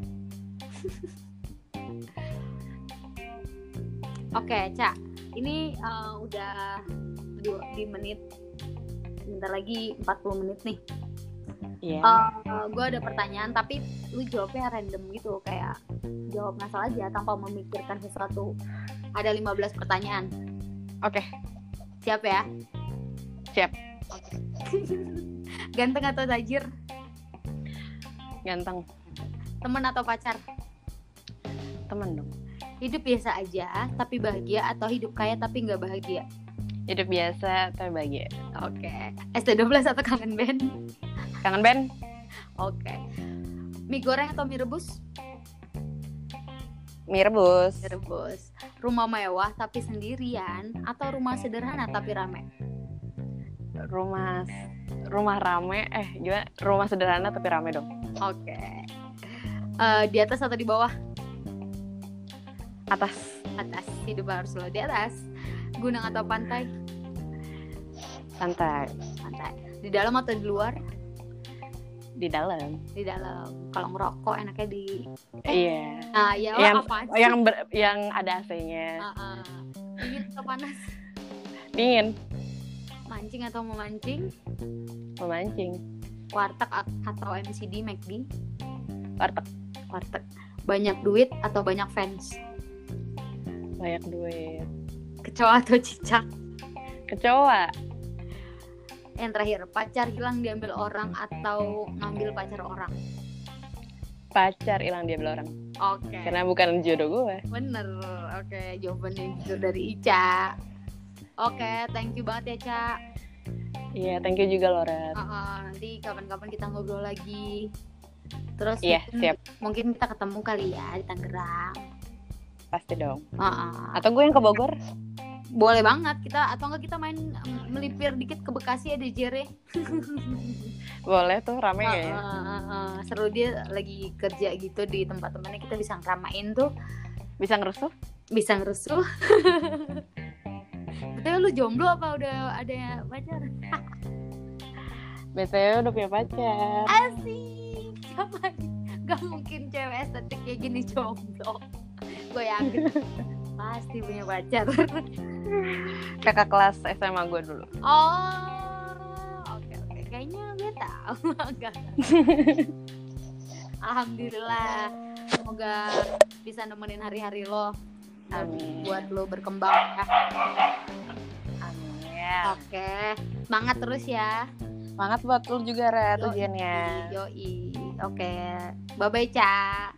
A: Oke, Ca. Ini eh, udah di, di menit bentar lagi 40 menit nih.
B: Iya.
A: gue ada pertanyaan tapi lu jawabnya random gitu kayak jawab ngasal aja tanpa memikirkan sesuatu. Ada 15 pertanyaan.
B: Oke.
A: Siap ya?
B: Siap.
A: Oke. Ganteng atau tajir?
B: Ganteng
A: Temen atau pacar?
B: temen dong.
A: Hidup biasa aja tapi bahagia atau hidup kaya tapi nggak bahagia?
B: Hidup biasa tapi bahagia.
A: Oke. ST12 atau kangen band?
B: Kangen Ben?
A: Oke. Mie goreng atau mie rebus?
B: Mie rebus.
A: Mie rebus. Rumah mewah tapi sendirian atau rumah sederhana tapi rame?
B: Rumah rumah rame eh gimana? Rumah sederhana tapi rame dong.
A: Oke. Eh, di atas atau di bawah?
B: Atas
A: Atas. Hidup harus selalu di atas. Gunung atau pantai?
B: santai
A: Pantai. Di dalam atau di luar?
B: di dalam.
A: Di dalam. Kalau ngerokok enaknya di
B: Iya.
A: Nah, ya
B: Yang-
A: apa aja.
B: Yang ber- yang ada AC-nya.
A: Ah, ah. Dingin atau panas?
B: Dingin
A: Mancing atau memancing?
B: memancing.
A: Warteg atau MCD, McD?
B: Warteg
A: Warteg. Banyak duit atau banyak fans?
B: banyak duit.
A: Kecoa atau cicak?
B: Kecoa
A: Yang terakhir, pacar hilang diambil orang atau ngambil pacar orang.
B: pacar hilang dia orang
A: Oke.
B: karena bukan jodoh gue.
A: Bener. Oke, jawabannya itu dari Ica. Oke, thank you banget ya, Ca.
B: Iya, thank you juga Laura.
A: Uh-uh, nanti kapan-kapan kita ngobrol lagi. Terus
B: Iya,
A: mungkin,
B: siap.
A: mungkin kita ketemu kali ya di Tangerang.
B: Pasti dong.
A: Uh-uh.
B: Atau gue yang ke Bogor?
A: Boleh banget kita atau enggak kita main mm, melipir dikit ke Bekasi ya di Jere.
B: Boleh tuh rame ya? kayaknya.
A: Uh, uh, uh, uh. Seru dia lagi kerja gitu di tempat temannya kita bisa ngeramain tuh
B: Bisa ngerusuh?
A: bisa ngerusuh. Betul lu jomblo apa udah ada pacar?
B: BTW udah punya pacar.
A: Asik. Siapa? Gak mungkin cewek estetik kayak gini jomblo. Gue yakin pasti punya pacar.
B: Kakak kelas SMA gue dulu.
A: Oh, oke oke. Kayaknya gue tahu. Enggak. Alhamdulillah. Semoga bisa nemenin hari-hari lo
B: Amin.
A: buat lo berkembang ya.
B: Amin.
A: Oke, semangat terus ya.
B: Semangat buat lu juga, Ra,
A: Yoi.
B: tujuannya.
A: Yoi. Oke. Bye bye, Ca.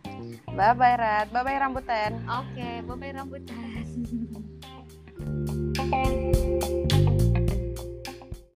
B: Bye-bye, Rat. Bye-bye, rambutan.
A: Oke, bye bye rambutan.